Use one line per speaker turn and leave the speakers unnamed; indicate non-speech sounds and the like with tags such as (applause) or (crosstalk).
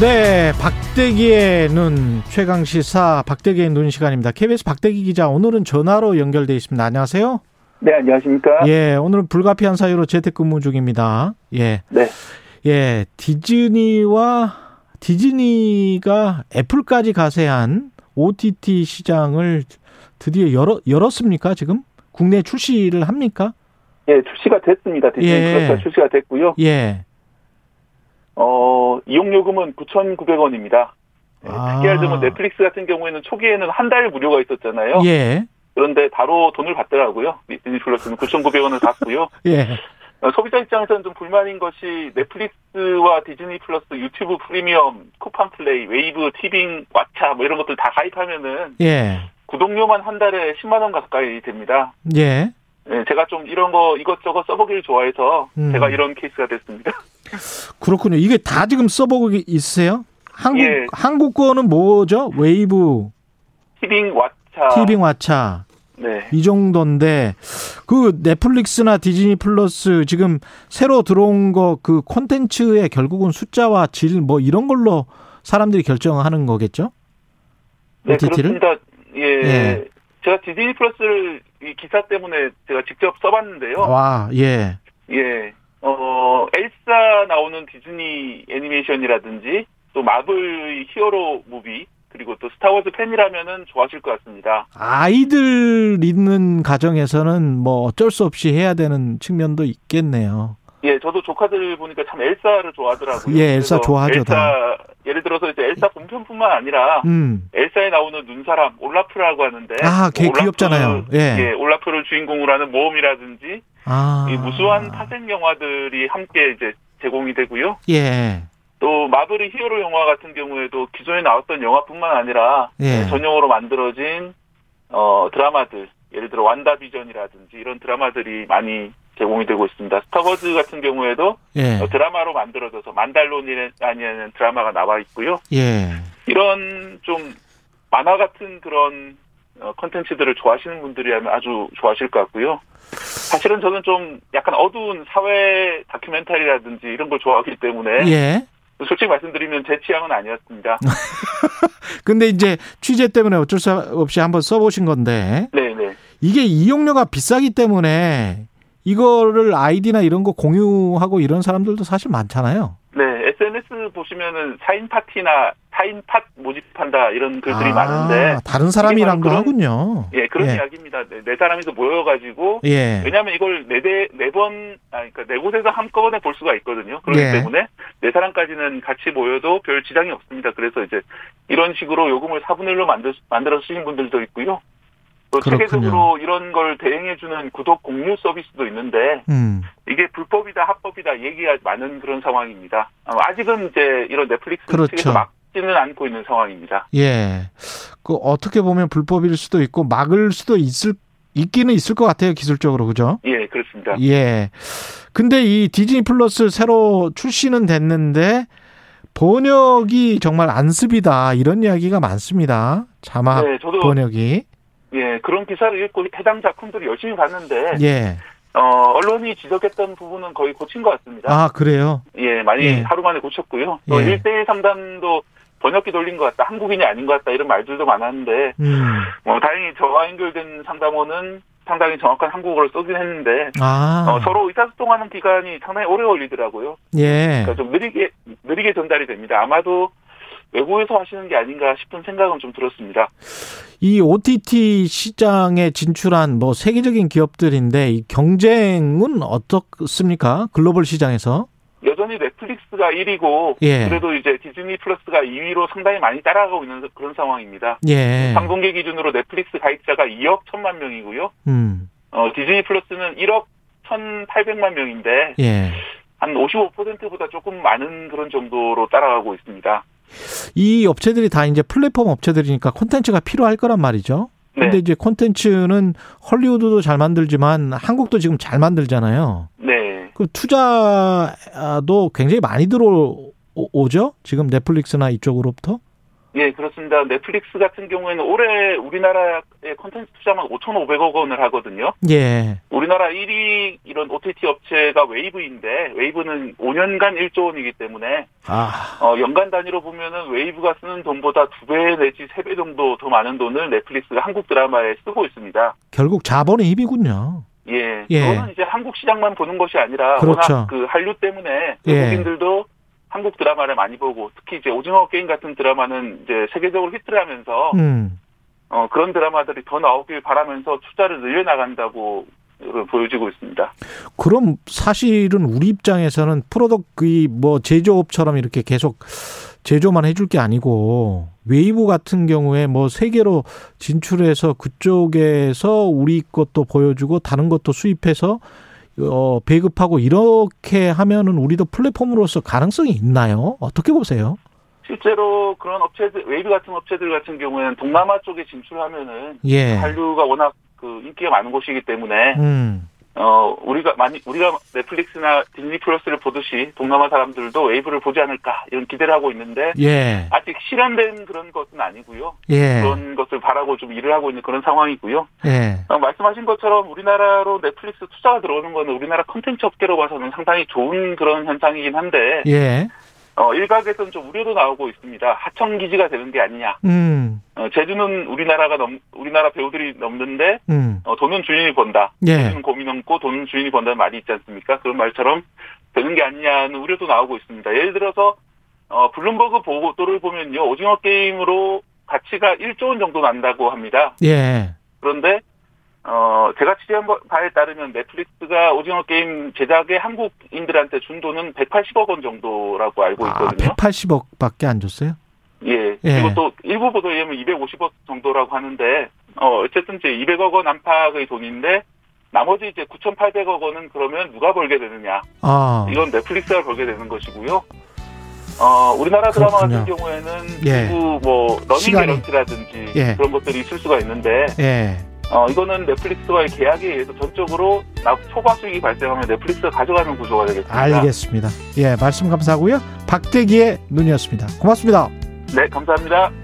네, 박대기의 눈 최강 시사 박대기의 눈 시간입니다. KBS 박대기 기자 오늘은 전화로 연결돼 있습니다. 안녕하세요.
네, 안녕하십니까?
예, 오늘은 불가피한 사유로 재택근무 중입니다. 예,
네.
예, 디즈니와 디즈니가 애플까지 가세한 OTT 시장을 드디어 열어, 열었습니까? 지금 국내 출시를 합니까?
예, 출시가 됐습니다. 디즈니
예.
플러스가 출시가 됐고요.
예,
어, 이용 요금은 9,900원입니다. 예,
아.
특이할 점은 넷플릭스 같은 경우에는 초기에는 한 달 무료가 있었잖아요.
예,
그런데 바로 돈을 받더라고요. 디즈니 플러스는 9,900원을 받고요.
예,
어, 소비자 입장에서는 좀 불만인 것이 넷플릭스와 디즈니 플러스, 유튜브 프리미엄, 쿠팡 플레이, 웨이브, 티빙, 왓챠 뭐 이런 것들 다 가입하면은
예,
구독료만 한 달에 10만 원 가까이 됩니다.
예.
예, 제가 좀 이런 거 이것저것 써보기를 좋아해서
음.
제가 이런 케이스가 됐습니다. (laughs)
그렇군요. 이게 다 지금 써보고 있으세요? 한국
예.
한국 거는 뭐죠? 웨이브,
티빙 왓챠.
티빙 왓챠
네.
이 정도인데 그 넷플릭스나 디즈니 플러스 지금 새로 들어온 거 그 콘텐츠의 결국은 숫자와 질 뭐 이런 걸로 사람들이 결정하는 거겠죠?
네,
OTT 를?
그렇습니다. 예.
예.
제가 디즈니 플러스를 이 기사 때문에 제가 직접 써봤는데요.
와, 예,
예. 어, 엘사 나오는 디즈니 애니메이션이라든지 또 마블 히어로 무비 그리고 또 스타워즈 팬이라면은 좋아하실 것 같습니다.
아이들 있는 가정에서는 뭐 어쩔 수 없이 해야 되는 측면도 있겠네요.
예, 저도 조카들 보니까 참 엘사를 좋아하더라고요.
예, 엘사
그래서
좋아하죠,
엘사, 예를 들어서 이제 엘사 본편뿐만 아니라
음,
엘사에 나오는 눈사람 올라프라고 하는데 뭐
아, 걔
올라프,
귀엽잖아요. 예.
올라프를 주인공으로 하는 모험이라든지
아,
이 무수한 파생 영화들이 함께 이제 제공이 되고요.
예,
또 마블의 히어로 영화 같은 경우에도 기존에 나왔던 영화뿐만 아니라
예.
전용으로 만들어진 어, 드라마들 예를 들어 완다 비전이라든지 이런 드라마들이 많이 제공이 되고 있습니다. 스타워즈 같은 경우에도
예,
어, 드라마로 만들어져서 만달론이라는 드라마가 나와 있고요.
예.
이런 좀 만화 같은 그런 어, 컨텐츠들을 좋아하시는 분들이라면 아주 좋아하실 것 같고요. 사실은 저는 좀 약간 어두운 사회 다큐멘터리라든지 이런 걸 좋아하기 때문에
예.
솔직히 말씀드리면 제
(laughs)
취향은 아니었습니다.
근데 이제 취재 때문에 어쩔 수 없이 한번 써보신 건데
네네.
이게 이용료가 비싸기 때문에 이거를 아이디나 이런 거 공유하고 이런 사람들도 사실 많잖아요.
네, SNS 보시면은 사인 파티나 사인 팟 모집한다 이런 글들이
아,
많은데
다른 사람이랑 거
그런-
하군요.
예 그런
예.
이야기입니다. 네, 네 사람이서 모여가지고
예.
왜냐하면 이걸 네네번 그러니까 네 곳에서 한꺼번에 볼 수가 있거든요. 그렇기
예.
때문에 네 사람까지는 같이 모여도 별 지장이 없습니다. 그래서 이제 이런 식으로 요금을 4분의 1로 만들 만들어 쓰시는 분들도 있고요. 또
그렇군요.
체계적으로 이런 걸 대행해주는 구독 공유 서비스도 있는데
음.
이게 불법이다 합법이다 얘기가 많은 그런 상황입니다. 어, 아직은 이제 이런 넷플릭스
그렇죠.
측에서 막지는 않고 있는 상황입니다.
예. 그 어떻게 보면 불법일 수도 있고 막을 수도 있을 있기는 있을 것 같아요 기술적으로 그죠?
예, 그렇습니다.
예. 근데 이 디즈니 플러스 새로 출시는 됐는데 번역이 정말 안습이다 이런 이야기가 많습니다. 자막
네, 저도
번역이
예 그런 기사를 읽고 해당 작품들을 열심히 봤는데
예.
어, 언론이 지적했던 부분은 거의 고친 것 같습니다.
아 그래요.
예, 많이
예.
하루 만에 고쳤고요. 또
예.
1대1 상담도 번역기 돌린 것 같다, 한국인이 아닌 것 같다, 이런 말들도 많았는데,
음.
뭐, 다행히 저와 연결된 상담원은 상당히 정확한 한국어를 쓰긴 했는데,
아.
어, 서로 의사소통하는 기간이 상당히 오래 걸리더라고요.
예.
그러니까 좀 느리게, 느리게 전달이 됩니다. 아마도 외국에서 하시는 게 아닌가 싶은 생각은 좀 들었습니다.
이 OTT 시장에 진출한 뭐 세계적인 기업들인데 이 경쟁은 어떻습니까? 글로벌 시장에서.
여전히 넷플릭스가 1위고,
예.
그래도 이제 디즈니 플러스가 2위로 상당히 많이 따라가고 있는 그런 네, 상황입니다.
예.
방송계 기준으로 넷플릭스 가입자가 2억 1천만 명이고요.
음.
어, 디즈니 플러스는 1억 1,800만 명인데
예.
한 55%보다 조금 많은 그런 정도로 따라가고 있습니다.
이 업체들이 다 이제 플랫폼 업체들이니까 콘텐츠가 필요할 거란 말이죠.
네.
근데 이제 콘텐츠는 헐리우드도 잘 만들지만 한국도 지금 잘 만들잖아요.
네.
그 투자도 굉장히 많이 들어오죠? 지금 넷플릭스나 이쪽으로부터?
예, 그렇습니다. 넷플릭스 같은 경우에는 올해 우리나라의 콘텐츠 투자만 5,500억 원을 하거든요.
예.
우리나라 1위 이런 OTT 업체가 웨이브인데 웨이브는 5년간 1조 원이기 때문에
아,
어, 연간 단위로 보면은 웨이브가 쓰는 돈보다 두 배 내지 세 배 정도 더 많은 돈을 넷플릭스가 한국 드라마에 쓰고 있습니다.
결국 자본의 힘이군요.
예.
예.
그거는 이제 한국 시장만 보는 것이 아니라
그렇죠.
워낙 그 한류 때문에
예.
외국인들도 한국 드라마를 많이 보고 특히 이제 오징어 게임 같은 드라마는 이제 세계적으로 히트를 하면서
음.
어, 그런 드라마들이 더 나오길 바라면서 투자를 늘려나간다고 어, 보여지고 있습니다.
그럼 사실은 우리 입장에서는 프로덕트의 뭐 제조업처럼 이렇게 계속 제조만 해줄 게 아니고 웨이브 같은 경우에 뭐 세계로 진출해서 그쪽에서 우리 것도 보여주고 다른 것도 수입해서 어 배급하고 이렇게 하면은 우리도 플랫폼으로서 가능성이 있나요? 어떻게 보세요?
실제로 그런 업체들, 웨이브 같은 업체들 같은 경우에는 동남아 쪽에 진출하면은
예.
한류가 워낙 그 인기가 많은 곳이기 때문에
음.
어 우리가 많이 우리가 넷플릭스나 디즈니 플러스를 보듯이 동남아 사람들도 웨이브를 보지 않을까 이런 기대를 하고 있는데
예.
아직 실현된 그런 것은 아니고요.
예.
그런 것을 바라고 좀 일을 하고 있는 그런 상황이고요.
예.
어, 말씀하신 것처럼 우리나라로 넷플릭스 투자가 들어오는 거는 우리나라 컨텐츠 업계로 봐서는 상당히 좋은 그런 현상이긴 한데
예.
어, 일각에서는 좀 우려도 나오고 있습니다. 하청 기지가 되는 게 아니냐.
음.
어, 제주는 우리나라가 넘 우리나라 배우들이 넘는데
음.
어, 돈은 주인이 번다.
예.
돈은 고민 없고 돈은 주인이 번다는 말이 있지 않습니까? 그런 말처럼 되는 게 아니냐는 우려도 나오고 있습니다. 예를 들어서 어, 블룸버그 보도를 보면요, 오징어 게임으로 가치가 1조 원 정도 난다고 합니다.
예.
그런데 어 제가 취재한 바- 바에 따르면 넷플릭스가 오징어 게임 제작에 한국인들한테 준 돈은 180억 원 정도라고 알고
아,
뭐 있거든요.
180억밖에 안 줬어요?
예.
예.
그리고 또 일부 보도에 의하면 250억 정도라고 하는데 어 어쨌든 이제 200억 원 안팎의 돈인데 나머지 이제 9,800억 원은 그러면 누가 벌게 되느냐?
아.
이건 넷플릭스가 벌게 되는 것이고요. 어 우리나라 드라마 같은
그렇군요.
경우에는
예.
일부 뭐 러닝
시간이-
개런티라든지
예.
그런 것들이 있을 수가 있는데
예.
어, 이거는 넷플릭스와의 계약에 의해서 전적으로 나 초과 수익이 발생하면 넷플릭스가 가져가는 구조가 되겠습니다.
알겠습니다. 예, 말씀 감사하고요. 박대기의 눈이었습니다. 고맙습니다.
네, 감사합니다.